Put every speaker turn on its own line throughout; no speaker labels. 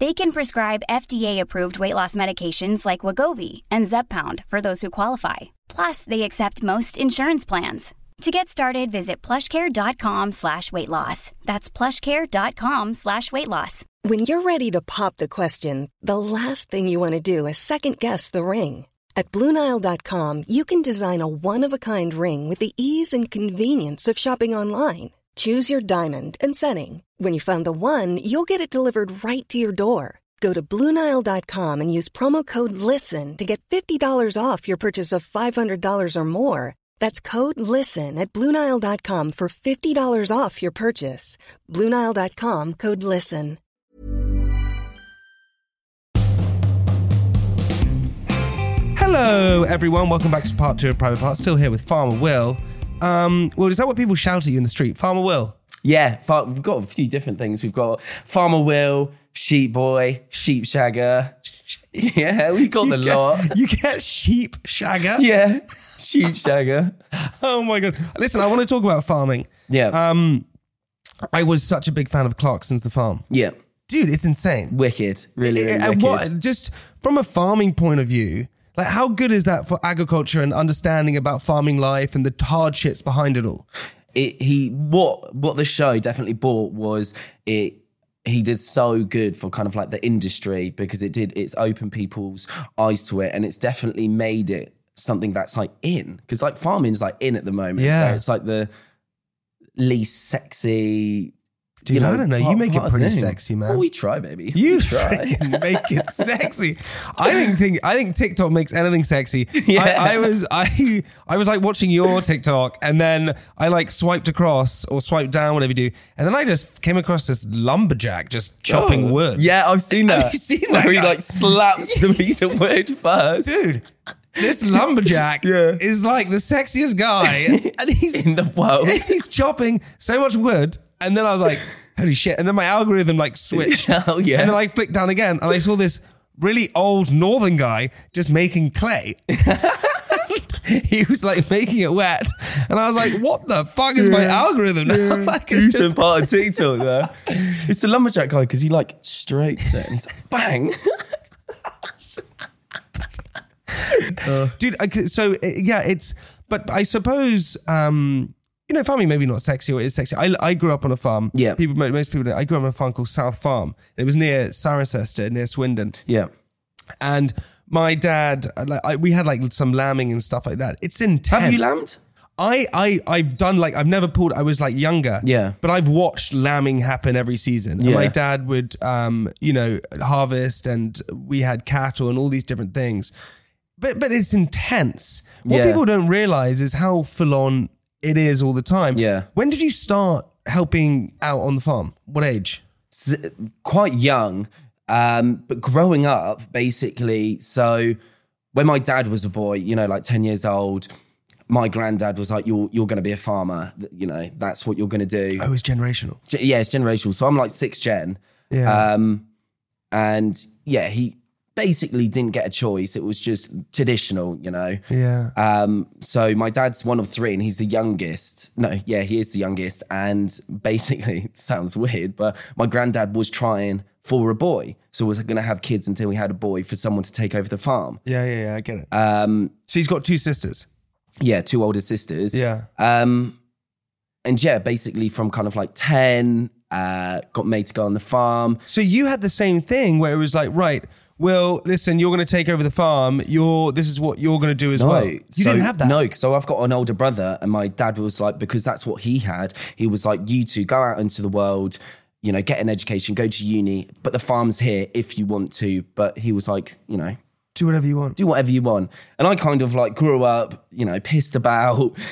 They can prescribe FDA-approved weight loss medications like Wagovi and Zepbound for those who qualify. Plus, they accept most insurance plans. To get started, visit plushcare.com slash weight loss. That's plushcare.com slash weight loss.
When you're ready to pop the question, the last thing you want to do is second guess the ring. At Bluenile.com, you can design a one of a kind ring with the ease and convenience of shopping online. Choose your diamond and setting. When you find the one, you'll get it delivered right to your door. Go to Bluenile.com and use promo code LISTEN to get $50 off your purchase of $500 or more. That's code LISTEN at Bluenile.com for $50 off your purchase. Bluenile.com code LISTEN.
Hello, everyone. Welcome back to part two of Private Parts. Still here with Farmer Will. Um, Will, is that what people shout at you in the street? Farmer Will.
Yeah, far, we've got a few different things. We've got Farmer Will, Sheep Boy, Sheep Shagger. Yeah, we got the
You get-
lot.
You get sheep shagger.
Yeah, Sheep Shagger.
Oh my god. Listen, I want to talk about farming.
Yeah,
Um, I was such a big fan of Clarkson's The Farm.
yeah,
Dude, it's insane. Eh,
wicked. Really, really
And
wicked.
what- just from a farming point of view, like how good is that for agriculture and understanding about farming life and the hardships behind it all?
it, he what what the show definitely bought was it he did so good for kind of like the industry because it did it's opened people's eyes to it and it's definitely made it something that's like in because like farming is like in at the moment
Yeah.
where it's like the least sexy
Dude, I don't know. You make it
of the
pretty
thing.
sefty, man.
well, we try baby
You
we try
freaking make it sexy. I think, think I think TikTok makes anything sexy.
Yeah.
I, I was I I was like watching your TikTok and then I like swiped across or swiped down, whatever you do, and then I just came across this lumberjack just chopping
Oh,
wood.
yeah I've seen
Have
that
you seen
where
that
he
guy?
like slaps the piece of wood first
dude. This lumberjack
Yeah.
is like the sexiest guy, and he's
in the world
he's chopping so much wood. And then I was like, holy shit! And then my algorithm like switched.
Oh, yeah.
And then I flicked down again, and I saw this really old northern guy just making clay. he was like making it wet, and I was like, what the fuck is my algorithm? like, it's
Gooton
just-
part of TikTok there. It's the lumberjack guy because he like straights it and he's like, bang.
dude. I c so uh, yeah, it's. But I suppose um, you know, farming maybe not sexy or it is sexy. I, I grew up on a farm.
Yeah.
people mo- most people. Don't. I grew up on a farm called South Farm. It was near Saracester, near Swindon.
Yeah.
And my dad, uh, like, I, we had like some lambing and stuff like that. It's intense.
Have you lambed?
I, I, I've done like I've never pulled. I was like younger.
Yeah.
But I've watched lambing happen every season. And
Yeah.
my dad would, um, you know, harvest, and we had cattle and all these different things. But but it's intense. What
Yeah.
people don't realize is how full on it is all the time.
Yeah.
When did you start helping out on the farm? What age?
s- quite young, um, but growing up, basically, so when my dad was a boy, you know, like 10 years old, my granddad was like, you're, you're going to be a farmer. Th- You know, that's what you're going to do.
I was Oh, generational.
Ge- Uh, yeah, it's generational. So I'm like six gen.
Yeah.
Um, and Um, yeah, he basically didn't get a choice. It was just traditional, you know.
Yeah.
Um, so my dad's one of three, and he's the youngest. No, yeah, he is the youngest. And basically, it sounds weird, but my granddad was trying for a boy, so was going to have kids until he had a boy for someone to take over the farm.
Yeah, yeah, yeah. I get it.
uh,
Um, so he's got two sisters.
Yeah, two older sisters.
Yeah.
Um, and yeah, basically from kind of like ten, uh, got made to go on the farm.
So you had the same thing where it was like, right, well, listen, you're going to take over the farm. You're this is what you're going to do as well. You
so-
didn't have that.
No, so I've got an older brother, and my dad was like, because that's what he had. He was like, you two go out into the world, you know, get an education, go to uni, but the farm's here if you want to. But he was like, you know,
Do whatever you want.
do whatever you want. And I kind of like grew up, you know, pissed about.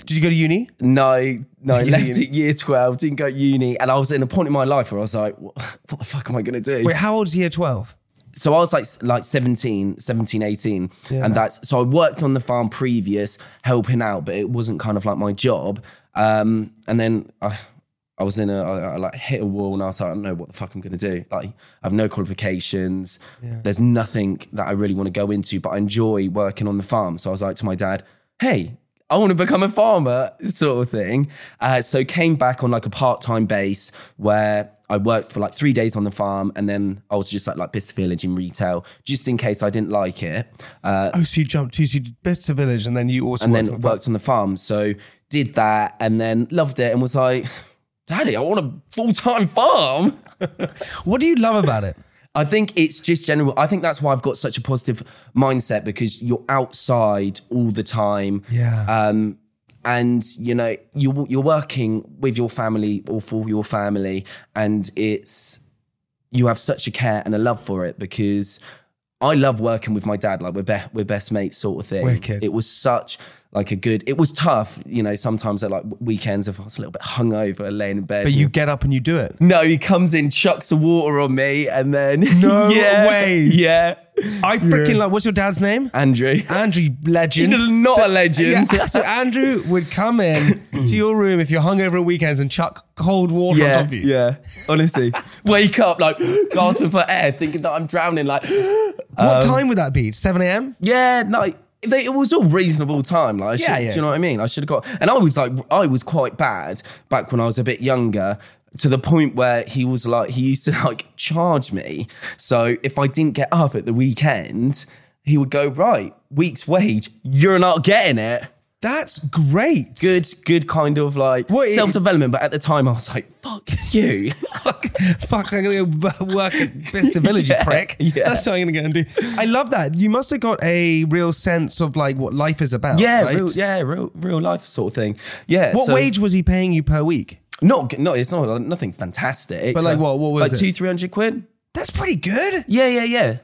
Did you go to uni?
No, no,
You-
left at year 12, didn't go to uni. And I was in a point in my life where I was like, what, what the fuck am I going to do?
Wait, how old is year 12?
so I was like like 17, 17, 18. And that's so I worked on the farm previous, helping out, but it wasn't kind of like my job. Um, and then I I was in a I, I like hit a wall and I was like, I don't know what the fuck I'm gonna do. Like I have no qualifications. There's nothing that I really want to go into, but I enjoy working on the farm. So I was like to my dad, hey, I want to become a farmer, sort of thing. Uh, so came back on like a part time base where I worked for like three days on the farm, and then I was just like like Bicester Village in retail, just in case I didn't like it. Uh,
Oh, so you jumped to so you did Bicester Village and then you also
and
worked
then
on the farm.
worked on the farm. So did that, and then loved it, and was like, "Daddy, I want a full time farm."
What do you love about it?
I think it's just general. I think that's why I've got such a positive mindset because you're outside all the time.
Yeah.
Um, and you know you you're working with your family or for your family, and it's you have such a care and a love for it because I love working with my dad. Like we're be- we're best mates, sort of thing.
Wicked.
It was such like a good. It was tough, you know. Sometimes at like w- weekends, if I was a little bit hungover, laying in bed,
But you get up and you do it.
no, he comes in, chucks the water on me, and then
No
yeah,
ways.
Yeah,
I freaking like, what's your dad's name?
Andrew.
Andrew legend.
He's not a legend.
yeah, so- so Andrew would come in to your room if you're hungover at weekends and chuck cold water on
yeah,
top of you.
yeah. Honestly, wake up like gasping for air, thinking that I'm drowning. Like,
What
Um,
time would that be? 7 a.m.?
yeah, like they, it was all reasonable time. Like, I
Yeah,
should-
yeah.
do you know what I mean? I should have got. And I was like, I was quite bad back when I was a bit younger. To the point where he was like, he used to like charge me. So if I didn't get up at the weekend, he would go, right, week's wage, you're not getting it.
That's great.
good, good kind of like
What-
self development. But at the time, I was like, "Fuck you."
Fuck, I'm gonna go b- work at Vista Village, you
Yeah,
prick.
yeah.
That's what I'm gonna go and do. I love that. You must have got a real sense of like what life is about.
yeah,
right?
real, yeah, real, real life sort of thing. Yeah.
What
so-
wage was he paying you per week?
Not, no, it's not nothing fantastic.
But like what- what was
like
it?
two, three hundred quid?
That's pretty good,
Yeah, yeah, yeah.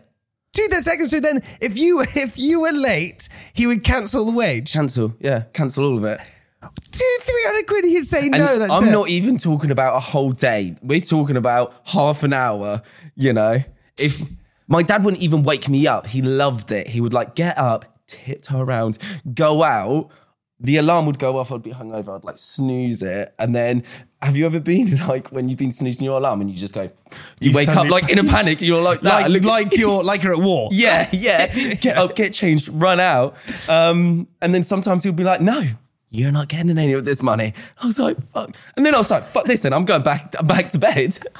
dude. That's second. So then, if you if you were late, he would cancel the wage.
Cancel, yeah, cancel all of it.
Two three hundred quid. He'd say
And
no. That's
I'm
it.
not even talking about a whole day. We're talking about half an hour. You know, if my dad wouldn't even wake me up, he loved it. He would like get up, tiptoe around, go out. The alarm would go off. I'd be hungover. I'd like snooze it, and then. Have you ever been like when you've been snoozing your alarm and you just go, you,
You
wake up
suddenly-
like in a panic. You're like
like
that. Look-
like you're like you're at war.
yeah, yeah. Get up, get changed, run out. Um, and then sometimes he'll be like, no, you're not getting any of this money. I was like, fuck. And then I was like, fuck this, and I'm going back, I'm back to bed.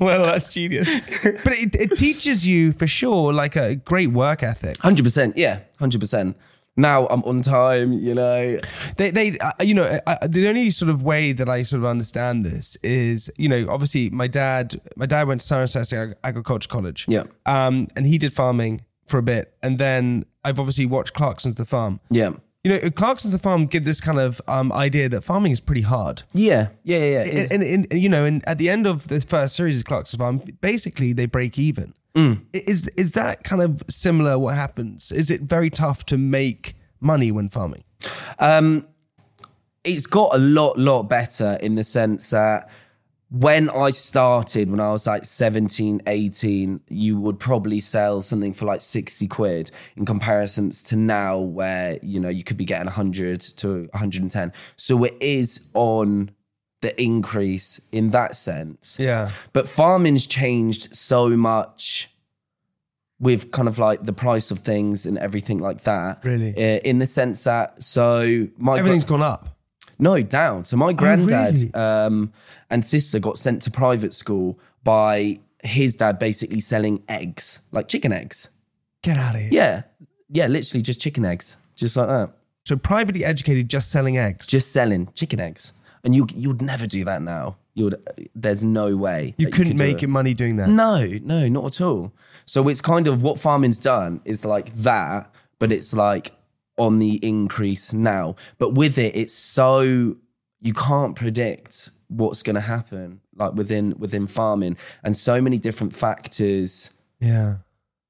Well, Oh, that's genius. but it, it teaches you for sure like a great work ethic.
100%. Yeah, 100%. Now I'm on time, you know.
they they uh, you know I, I- the only sort of way that I sort of understand this is you know obviously my dad my dad went to Somerset Ag- Agriculture College
Yeah.
um and he did farming for a bit and then I've obviously watched Clarkson's The Farm
Yeah.
you know Clarkson's The Farm give this kind of um idea that farming is pretty hard
Yeah, yeah, yeah. yeah.
and, and, and, you know, and at the end of the first series of Clarkson's Farm, basically they break even.
Mm.
I- Is is that kind of similar? What happens? Is it very tough to make money when farming?
it's got a lot, lot better in the sense that when I started, when I was like 17, 18, you would probably sell something for like 60 quid in comparisons to now where, you know, you could be getting 100 to 110. So it is on the increase in that sense.
Yeah,
But farming's changed so much with kind of like the price of things and everything like that.
Really?
Uh, in the sense that, so my
Everything's gone up.
no, down. So my granddad
Oh, really?
um, and sister got sent to private school by his dad basically selling eggs, like chicken eggs.
Get out of here.
Yeah. Yeah, literally just chicken eggs. Just like that.
So privately educated, just selling eggs.
Just selling chicken eggs. And you you'd never do that now. You would there's no way.
you
that
couldn't
could do
make
it.
your money doing that.
No, no, not at all. So it's kind of what farming's done is like that, but it's like on the increase now. But with it, it's so you can't predict what's going to happen like within within farming, and so many different factors
Yeah.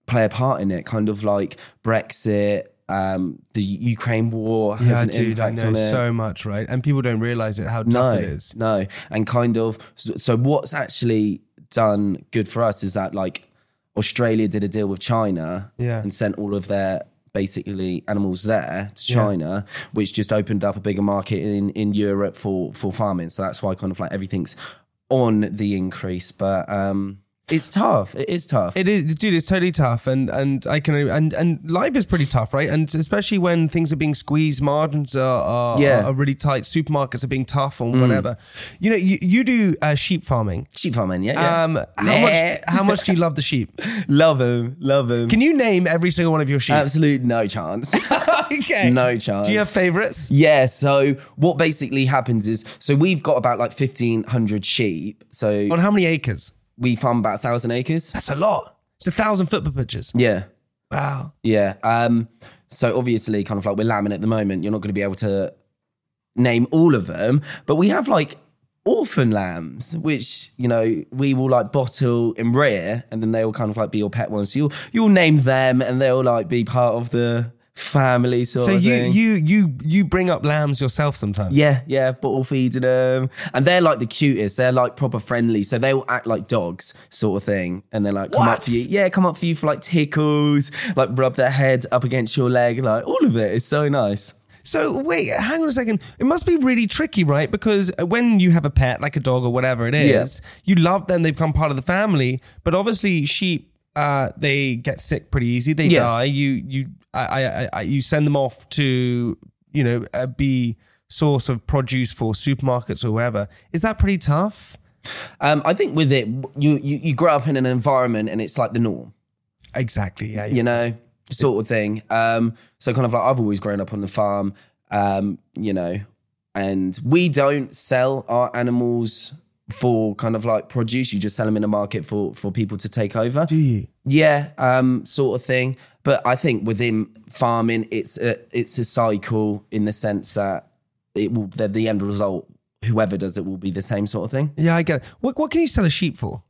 play a part in it. Kind of like Brexit, um, the Ukraine war has
Yeah,
an
dude, I
impact
know
on it.
so much, right? And people don't realize it how tough
No,
it is.
no, and kind of. So, so what's actually done good for us is that like Australia did a deal with China,
Yeah.
and sent all of their basically animals there to
Yeah.
China, which just opened up a bigger market in in Europe for for farming. So that's why kind of like everything's on the increase, but um, it's tough. It is tough.
It is, dude. It's totally tough, and and I can and and life is pretty tough, right? And especially when things are being squeezed, margins are are,
Yeah. Mm.
are really tight. Supermarkets are being tough, or whatever. You know, you you do uh, sheep farming.
Sheep farming, yeah, yeah.
Um, how much how much do you love the sheep?
love them, love them.
Can you name every single one of your sheep?
Absolute no chance.
okay,
No chance.
Do you have favorites?
Yeah, so what basically happens is so we've got about like 1500 sheep. So
On how many acres?
we farm about 1000 acres.
That's a lot. It's a thousand football pitches.
Yeah.
Wow.
Yeah. Um so obviously kind of like we're lambing at the moment, you're not going to be able to name all of them, but we have like orphan lambs which you know we will like bottle and rear and then they will kind of like be your pet ones so you'll you'll name them and they'll like be part of the family sort
So
of
you
thing.
you you you bring up lambs yourself sometimes.
Yeah, yeah, bottle feeding them. And they're like the cutest. They're like proper friendly. So they will act like dogs, sort of thing. And they're like, come up for you.
What?
Yeah, come up for you for like tickles, like rub their head up against your leg. Like all of it is so nice.
So wait, hang on a second. It must be really tricky, right? Because when you have a pet, like a dog or whatever it is, you love them; they become part of the family. But obviously, sheep uh, they get sick pretty easy. They
Yeah.
die. You you I, I, I- I you send them off to you know uh, be source of produce for supermarkets or wherever. Is that pretty tough?
Um, I think with it, you, you you grow up in an environment and it's like the norm.
Exactly. Yeah.
you know, sort of thing. Um, so kind of like I've always grown up on the farm, um, you know, and we don't sell our animals for kind of like produce. You just sell them in the market for for people to take over. Do
you?
Yeah, um, sort of thing. But I think within farming, it's a it's a cycle in the sense that it will the, the end result. Whoever does it will be the same sort of thing.
Yeah, I get. It. What what can you sell a sheep for?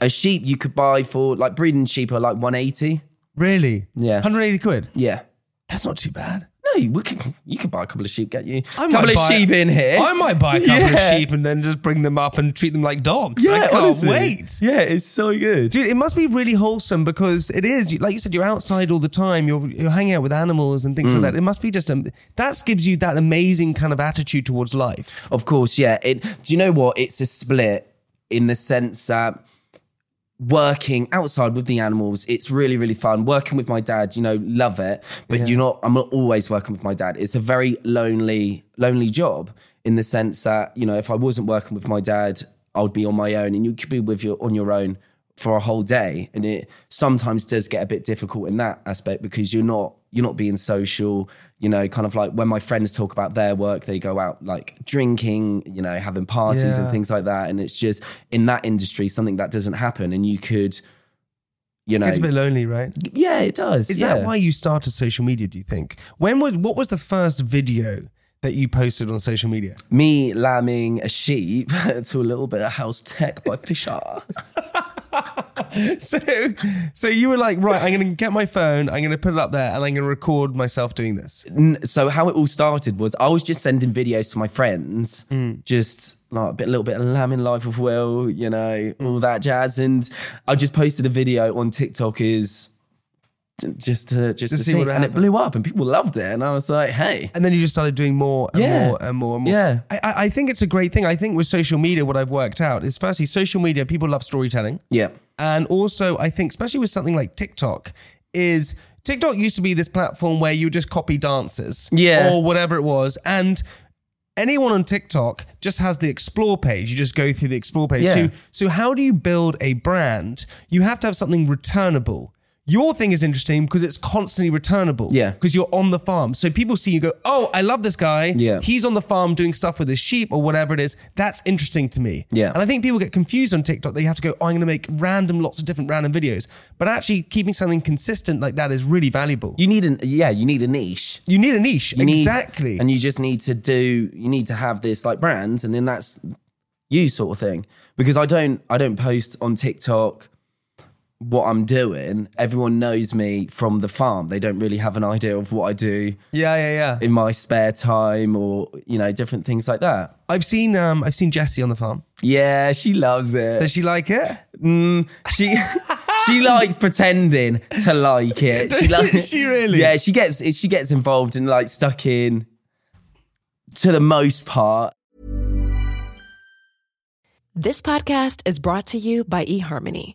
A sheep you could buy for like breeding sheep are like one eighty.
Really?
Yeah.
180 quid.
Yeah.
That's not too bad.
No, we could, you could buy a couple of sheep, get you
I
a couple
might
of
buy-
sheep in here.
I might buy a couple
Yeah.
of sheep and then just bring them up and treat them like dogs. I can't
honestly.
wait.
Yeah, it's so good.
Dude, it must be really wholesome because it is, like you said, you're outside all the time. You're, you're hanging out with animals and things like that. It must be just, um, that gives you that amazing kind of attitude towards life.
Of course, yeah. It, do you know what? It's a split in the sense that working outside with the animals, it's really, really fun. Working with my dad, you know, love it. But you're not, I'm not always working with my dad. It's a very lonely, lonely job in the sense that, you know, if I wasn't working with my dad, I would be on my own and you could be with your on your own for a whole day. And it sometimes does get a bit difficult in that aspect because you're not you're not being social, you know, kind of like when my friends talk about their work, they go out like drinking, you know, having parties and
Yeah.
things like that. And it's just in that industry, something that doesn't happen. And you could, you know,
It's a bit lonely, right?
yeah, it does.
Is
yeah.
that why you started social media, do you think? When was, what was the first video that you posted on social media?
me lambing a sheep to a little bit of house tech by Fisher?
So, so you were like, right, I'm going to get my phone, I'm going to put it up there, and I'm going to record myself doing this.
N- so how it all started was I was just sending videos to my friends,
Mm.
just like a bit, little bit of lambing life of will, you know,
Mm.
all that jazz. And I just posted a video on TikTok is just to just to,
see
see,
what
and it
happened.
blew up and people loved it. And I was like, hey,
And then you just started doing more and
Yeah.
more and more and more.
Yeah.
I, I- I think it's a great thing. I think with social media, what I've worked out is firstly, social media, people love storytelling.
yeah,
And also, I think, especially with something like TikTok, is TikTok used to be this platform where you just copy dances
Yeah.
or whatever it was. And anyone on TikTok just has the explore page. You just go through the explore page.
Yeah.
So, so how do you build a brand? You have to have something returnable. Your thing is interesting because it's constantly returnable.
Yeah.
Because you're on the farm. So people see you go, oh, I love this guy.
Yeah.
He's on the farm doing stuff with his sheep or whatever it is. That's interesting to me.
Yeah.
And I think people get confused on TikTok that you have to go, oh, I'm going to make random, lots of different random videos. But actually, keeping something consistent like that is really valuable. You,
You need an yeah, you need a niche.
need a niche.
You need-
exactly.
and you just need to do you need to have this like brands and then that's you sort of thing. Because I don't I don't post on TikTok what I'm doing. Everyone knows me from the farm. They don't really have an idea of what I do
yeah, yeah, yeah.
in my spare time or, you know, different things like that.
I've seen um, I've seen Jessie on the farm.
Yeah, she loves it.
Does she like it?
She she likes pretending to like it. She likes
She really?
Yeah, she gets she gets involved and like stuck in to the most part.
This podcast is brought to you by eHarmony,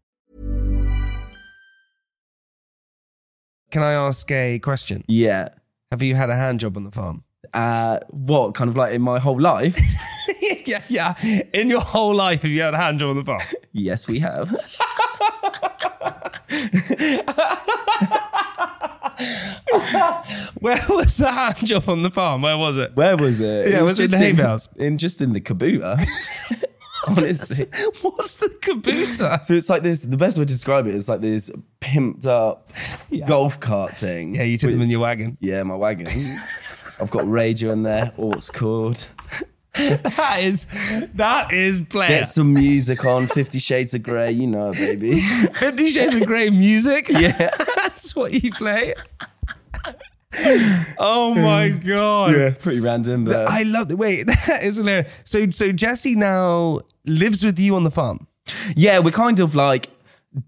Can I ask a question?
Yeah.
Have you had a hand job on the farm?
Uh what kind of like in my whole life?
yeah, yeah. In your whole life, have you had a hand job on the farm?
yes, we have.
Where was the hand job on the farm? Where was it?
Where was it?
Yeah, was it
just
in the hay bales?
In just in the kabuta. Honestly.
What's the kabuta?
So it's like this. The best way to describe it is like this pimped up golf cart thing.
Yeah, you took them in your wagon.
Yeah, my wagon. I've got radio in there. Oh, it's called.
That is, that is player.
Get some music on. Fifty Shades of Grey. You know, it, baby.
Fifty Shades of Grey music. Yeah, that's what you play. oh my god!
Pretty random, but
I love the wait. That is hilarious. So, so Jesse now lives with you on the farm.
yeah, we're kind of like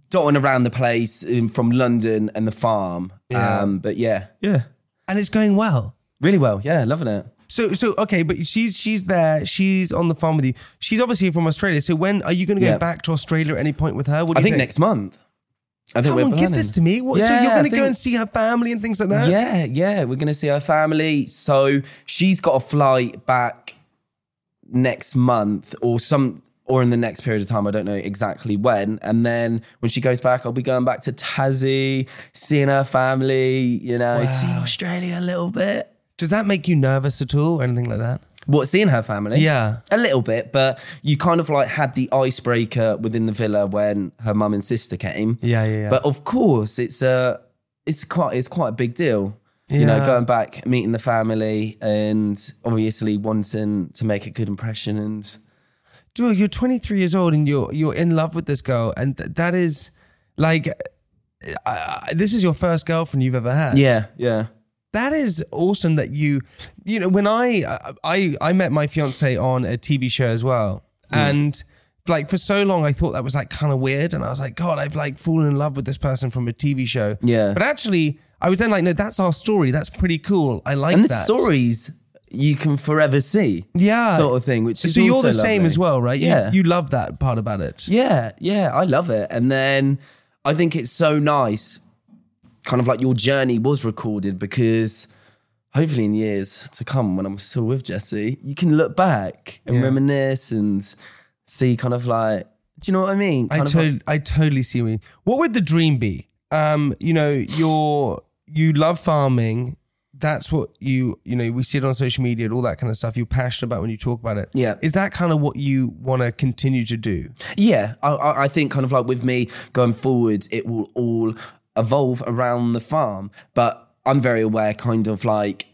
dotting around the place um, from London and the farm. Um, but yeah, yeah,
and it's going well.
really well. Yeah, loving it.
So, so okay, but she's she's there. She's on the farm with you. She's obviously from Australia. So, when are you going to go
Yeah.
back to Australia at any point with her? What do
I
you
think, next month. I think
Come
we're
on, give
planning.
this to me. What, so
Yeah,
you're
I
going to go
think-
and see her family and things like that.
Yeah, yeah, we're gonna see her family. So she's got a flight back next month or some or in the next period of time. I don't know exactly when. And then when she goes back, I'll be going back to Tassie, seeing her family, you know, see Australia a little bit.
Does that make you nervous at all, or anything like that?
What, seeing her family?
Yeah.
A little bit, but you kind of like had the icebreaker within the villa when her mum and sister came.
Yeah, yeah, yeah.
But of course, it's a it's quite it's quite a big deal. You know,
Yeah.
going back, meeting the family, and obviously wanting to make a good impression. And
dude, you're 23 years old and you're you're in love with this girl, and th- that is like, I I- this is your first girlfriend you've ever had.
yeah, yeah,
that is awesome that you,
Hmm.
you know, when I I I met my fiance on a TV show as well, and like for so long, I thought that was like kind of weird, and I was like, God, I've like fallen in love with this person from a TV show.
Yeah.
but actually, I was then like, no, that's our story. That's pretty cool. I like
and the
that
stories you can forever see.
Yeah.
Sort of thing, which is
So you're
also
the same
lovely.
as well, right? You-
Yeah.
you, love that part about it.
Yeah, yeah, I love it. And then I think it's so nice, kind of like your journey was recorded because hopefully in years to come, when I'm still with Jesse, you can look back and reminisce and see kind of like, do you know what I mean?
I
Kind of
to-
like-
I totally see what you mean. What would the dream be? Um, you know, you're you love farming. That's what you you know. We see it on social media and all that kind of stuff. You're passionate about when you talk about it.
Yeah.
is that kind of what you want to continue to do?
yeah, I- I, I think kind of like with me going forward, it will all evolve around the farm. But I'm very aware, kind of like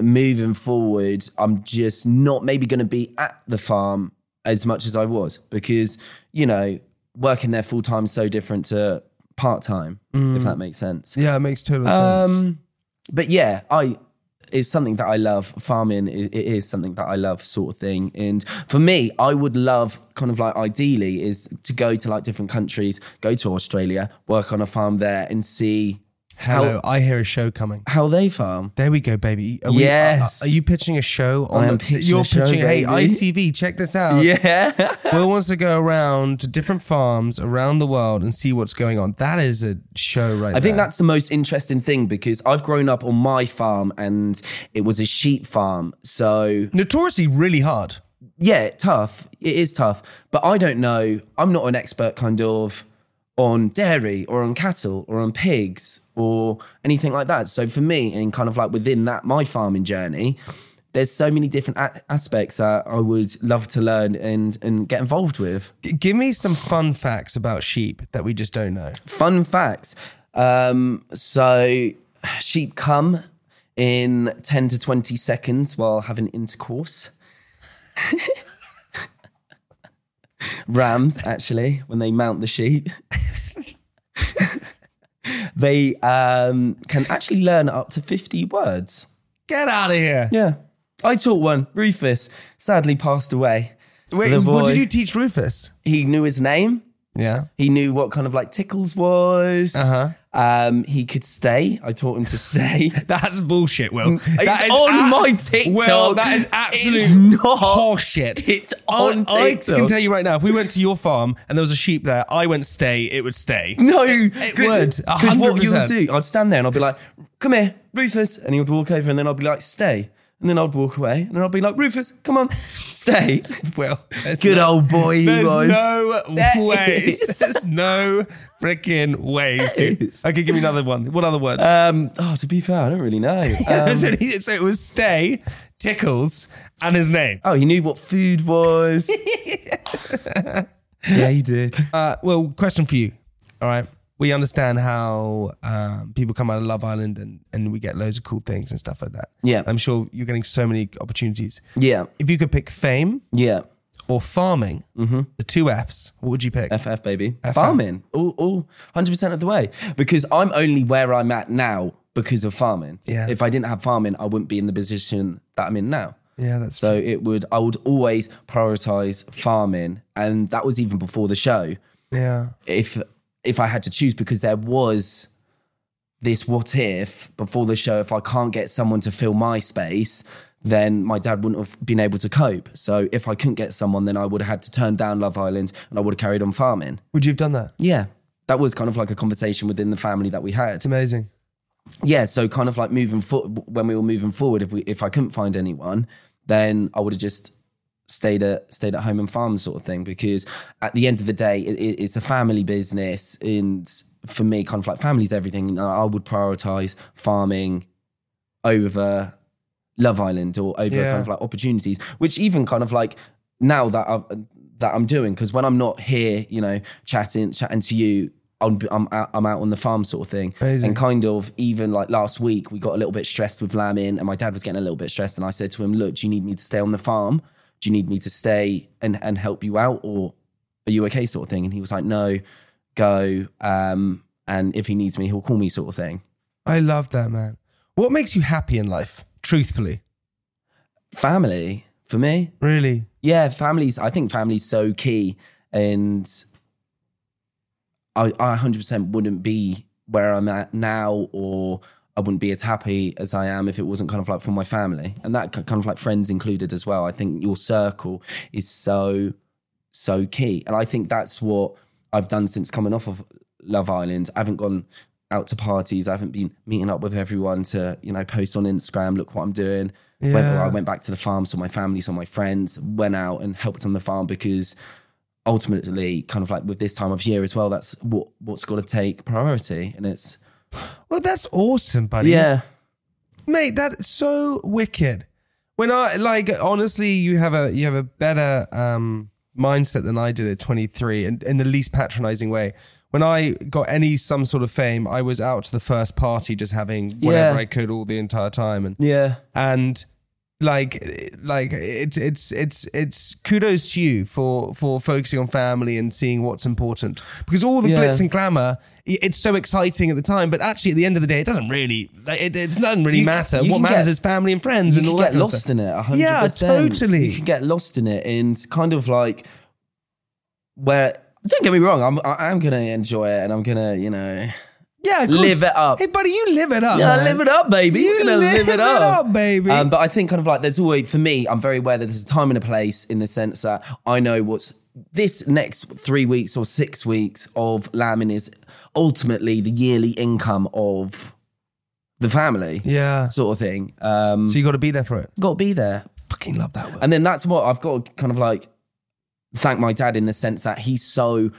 moving forward, I'm just not maybe going to be at the farm as much as I was because, you know, working there full time is so different to part time, if that makes sense.
Yeah, it makes total sense.
Um, but yeah, I it's something that I love. Farming is, it is something that I love, sort of thing. And for me, I would love, kind of like ideally, is to go to like different countries, go to Australia, work on a farm there, and see
Hello,
how
I hear a show coming.
how they farm.
There we go, baby. Are
Yes.
We, are, are you pitching a show? On the,
am pitching
You're
a show,
pitching. hey,
baby.
ITV, check this out.
Yeah,
Will wants to go around to different farms around the world and see what's going on. That is a show, right?
I think
there.
that's the most interesting thing because I've grown up on my farm and it was a sheep farm, so
notoriously really hard.
yeah, tough. It is tough. But I don't know. I'm not an expert kind of on dairy or on cattle or on pigs or anything like that. So for me, and kind of like within that, my farming journey, there's so many different a- aspects that I would love to learn and, and get involved with.
G- give me some fun facts about sheep that we just don't know.
Fun facts. Um, so sheep come in 10 to 20 seconds while having intercourse. Rams, actually, when they mount the sheep. they um, can actually learn up to 50 words.
Get out of here.
Yeah. I taught one, Rufus, sadly passed away.
Wait,
The
what
boy.
did you teach Rufus?
He knew his name.
Yeah.
He knew what kind of like tickles was.
Uh-huh.
Um, he could stay. I taught him to stay.
That's bullshit, Will.
It's on my TikTok.
Will, that is absolute
It's not.
horseshit.
It's
I-
on
I, can
TikTok.
tell you right now, if we went to your farm and there was a sheep there, I went stay, it would stay.
no,
it would,
Because what you would
100%.
do, I'd stand there and I'd be like, "Come here, Rufus," and he would walk over, and then I'd be like, "Stay," and then I'd walk away, and then I'd be like, "Rufus, come on, stay."
Well, there's
Good
no-
old boy he
There's
was.
no
There
ways.
is.
There's no freaking ways, dude.
is.
Okay, give me another one. What other words?
um, oh, to be fair, I don't really know. Um,
so, he- so it was stay, tickles, and his name.
oh, he knew what food was. yeah, he did.
Uh, well, question for you. All right. We understand how um, people come out of Love Island and, and we get loads of cool things and stuff like that.
Yeah.
I'm sure you're getting so many opportunities.
Yeah,
If you could pick fame
yeah.
or farming, the two F's, what would you pick?
FF baby. Farming. All, all 100% of the way. Because I'm only where I'm at now because of farming.
Yeah.
If I didn't have farming, I wouldn't be in the position that I'm in now.
Yeah, that's
So it would, I would always prioritize farming. And that was even before the show.
yeah.
If, if I had to choose, because there was this what if before the show, if I can't get someone to fill my space, then my dad wouldn't have been able to cope. So if I couldn't get someone, then I would have had to turn down Love Island and I would have carried on farming.
Would you have done that?
Yeah. That was kind of like a conversation within the family that we had.
It's amazing.
Yeah, so kind of like moving for when we were moving forward, if we if I couldn't find anyone, then I would have just stayed at stayed at home and farmed sort of thing. Because at the end of the day, it, it, it's a family business, and for me, kind of like family's everything. And I would prioritize farming over Love Island or over
Yeah.
kind of like opportunities, which even kind of like now that I've, that I'm doing because when I'm not here, you know, chatting chatting to you. I'm I'm out, I'm out on the farm sort of thing,
Amazing.
and kind of even like last week we got a little bit stressed with lambing, and my dad was getting a little bit stressed, and I said to him, "Look, do you need me to stay on the farm? Do you need me to stay and and help you out, or are you okay?" Sort of thing, and he was like, "No, go." Um, and if he needs me, he'll call me, sort of thing.
I love that, man. What makes you happy in life, truthfully?
Family for me,
Really?
yeah families i think families so key and I, I 100% wouldn't be where I'm at now, or I wouldn't be as happy as I am if it wasn't kind of like for my family and that ki- kind of like friends included as well. I think your circle is so, so key. And I think that's what I've done since coming off of Love Island. I haven't gone out to parties, I haven't been meeting up with everyone to, you know, post on Instagram, look what I'm doing. Whether
Yeah.
I went back to the farm, saw my family, saw my friends, went out and helped on the farm because ultimately kind of like with this time of year as well that's what what's got to take priority and it's
Well, that's awesome, buddy.
yeah
mate that's so wicked when i like honestly you have a you have a better um mindset than i did at 23 and in the least patronizing way when i got any some sort of fame i was out to the first party just having whatever
Yeah.
i could all the entire time and
yeah
and like like it's it's it's it's kudos to you for for focusing on family and seeing what's important because all the
Yeah.
glitz and glamour i- it's so exciting at the time but actually at the end of the day it doesn't really like, it, it doesn't really
You ca-
matter
you
what
can
matters
get-
is family and friends
you
and
can
all
get
that kind of
lost
stuff.
in it 100%
yeah totally
you can get lost in it and kind of like where don't get me wrong i'm I- i'm gonna enjoy it and i'm gonna you know
yeah of
live
course.
it up.
hey buddy you live it up
yeah,
man.
live it up,
Uh-huh.
baby.
You
You're gonna live, it up,
baby.
Um, but I think kind of like there's always for me, I'm very aware that there's a time and a place in the sense that I know what's this next three weeks or six weeks of lambing is ultimately the yearly income of the family,
yeah so,
sort of thing. Um,
you got to be there for it
got to be there.
fucking love that word
And then that's what I've got to kind of like thank my dad in the sense that he's so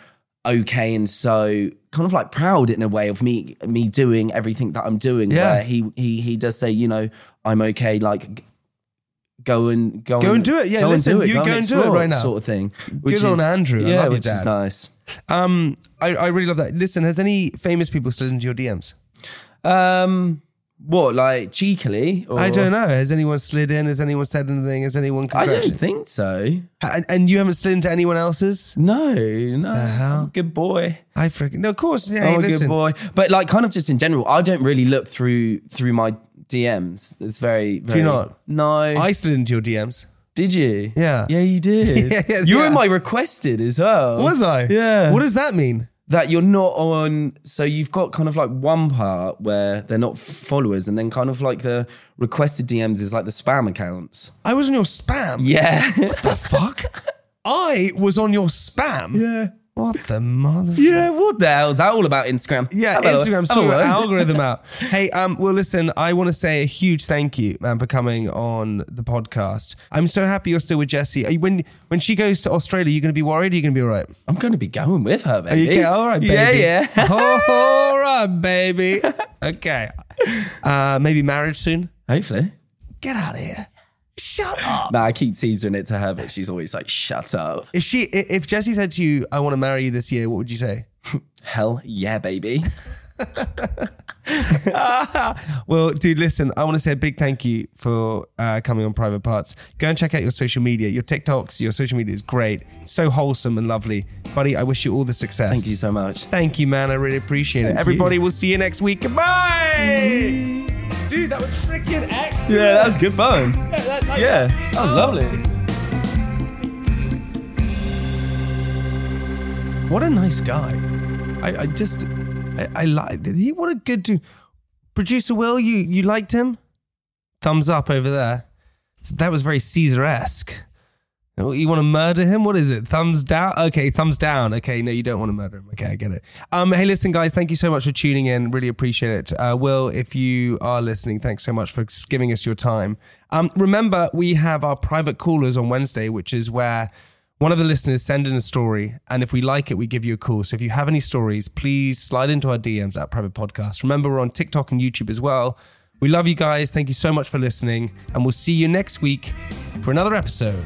okay and so kind of like proud in a way of me me doing everything that I'm doing.
Yeah.
Where he he he does say, you know, I'm okay, like g- go and go,
Go and do it. Yeah,
go
listen,
and do it.
you go and do it
explore,
right now.
Sort of thing.
on Andrew. I
Yeah,
love your
which is
dad.
nice.
um I, I really love that listen has any famous people slid into your dms
Um what, like cheekily? Or?
I don't know. Has anyone slid in? Has anyone said anything? Has anyone?
I don't
congratulated-
think so.
And, and you haven't slid into anyone else's?
No, no.
hell?
I'm a good boy.
I freaking no. Of course, yeah.
oh,
listen.
good boy. But like, kind of just in general, I don't really look through through my DMs. It's very. very
you not?
No.
I slid into your DMs.
did you?
Yeah.
Yeah, you did.
Yeah, yeah,
you were
yeah.
in my requested as well.
Was I?
Yeah.
What does that mean?
that you're not on? So you've got kind of like one part where they're not f- followers, and then kind of like the requested DMs is like the spam accounts.
I was on your spam.
Yeah.
The fuck? I was on your spam.
yeah.
What the mother?
Yeah. What the hell's that all about? Instagram.
Yeah,
Hello.
Instagram saw
Hello.
the algorithm out. Hey, um, well, listen, I want to say a huge thank you, man, for coming on the podcast. I'm so happy you're still with Jessie. Are you- When when she goes to Australia, are you going to be worried? Or are you going to be all right?
I'm going to be going with her, baby.
Are you okay? All right, baby.
Yeah, yeah.
all right, baby. Okay. Uh, maybe marriage soon.
Hopefully.
Get out of here. Shut up.
Nah, I keep teasing it to her, but she's always like, shut up.
If she, i- if Jesse said to you, "I want to marry you this year," what would you say?
Hell yeah, baby.
Well, dude, listen, I want to say a big thank you for uh, coming on Private Parts. Go and check out your social media. Your TikToks, your social media is great. So wholesome and lovely, buddy. I wish you all the success.
Thank you so much.
Thank you, man. I really appreciate it.
Thank
Everybody,
you. Mm.
we'll see you next week. Goodbye. Dude, that was freaking excellent.
Yeah, that was good fun. Yeah, that was lovely.
What a nice guy. I, I just, I, I like, he, what a good dude. Producer Will, you, you liked him? Thumbs up over there. So that was very Caesar esque. Oh, You want to murder him? What is it? Thumbs down? Okay, thumbs down. Okay, no, you don't want to murder him. Okay, I get it. Um, hey, listen, guys, thank you so much for tuning in. Really appreciate it. Uh, Will, if you are listening, thanks so much for giving us your time. Um, remember, we have our private callers on Wednesday, which is where one of the listeners send in a story, and if we like it, we give you a call. So if you have any stories, please slide into our DMs at Private Podcast. Remember, we're on TikTok and YouTube as well. We love you guys. Thank you so much for listening, and we'll see you next week for another episode.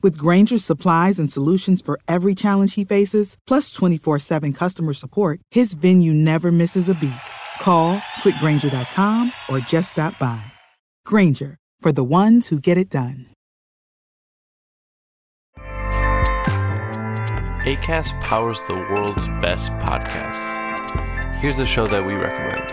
With Granger's supplies and solutions for every challenge he faces, plus 24 7 customer support, his venue never misses a beat.
Call quickgranger.com or just stop by. Granger for the ones who get it done.
ACAST powers the world's best podcasts. Here's a show that we recommend.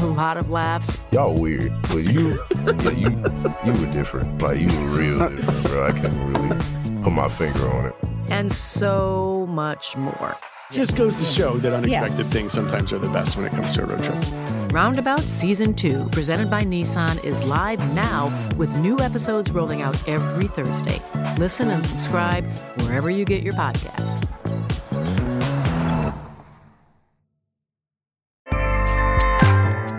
A lot of laughs.
Y'all weird, but you, yeah, you, you were different. Like you were real different, bro. I can't really put my finger on it.
and so much more.
Just goes to show that unexpected things sometimes are the best when it comes to a road trip.
Roundabout Season 2, presented by Nissan, is live now with new episodes rolling out every Thursday. Listen and subscribe wherever you get your podcasts.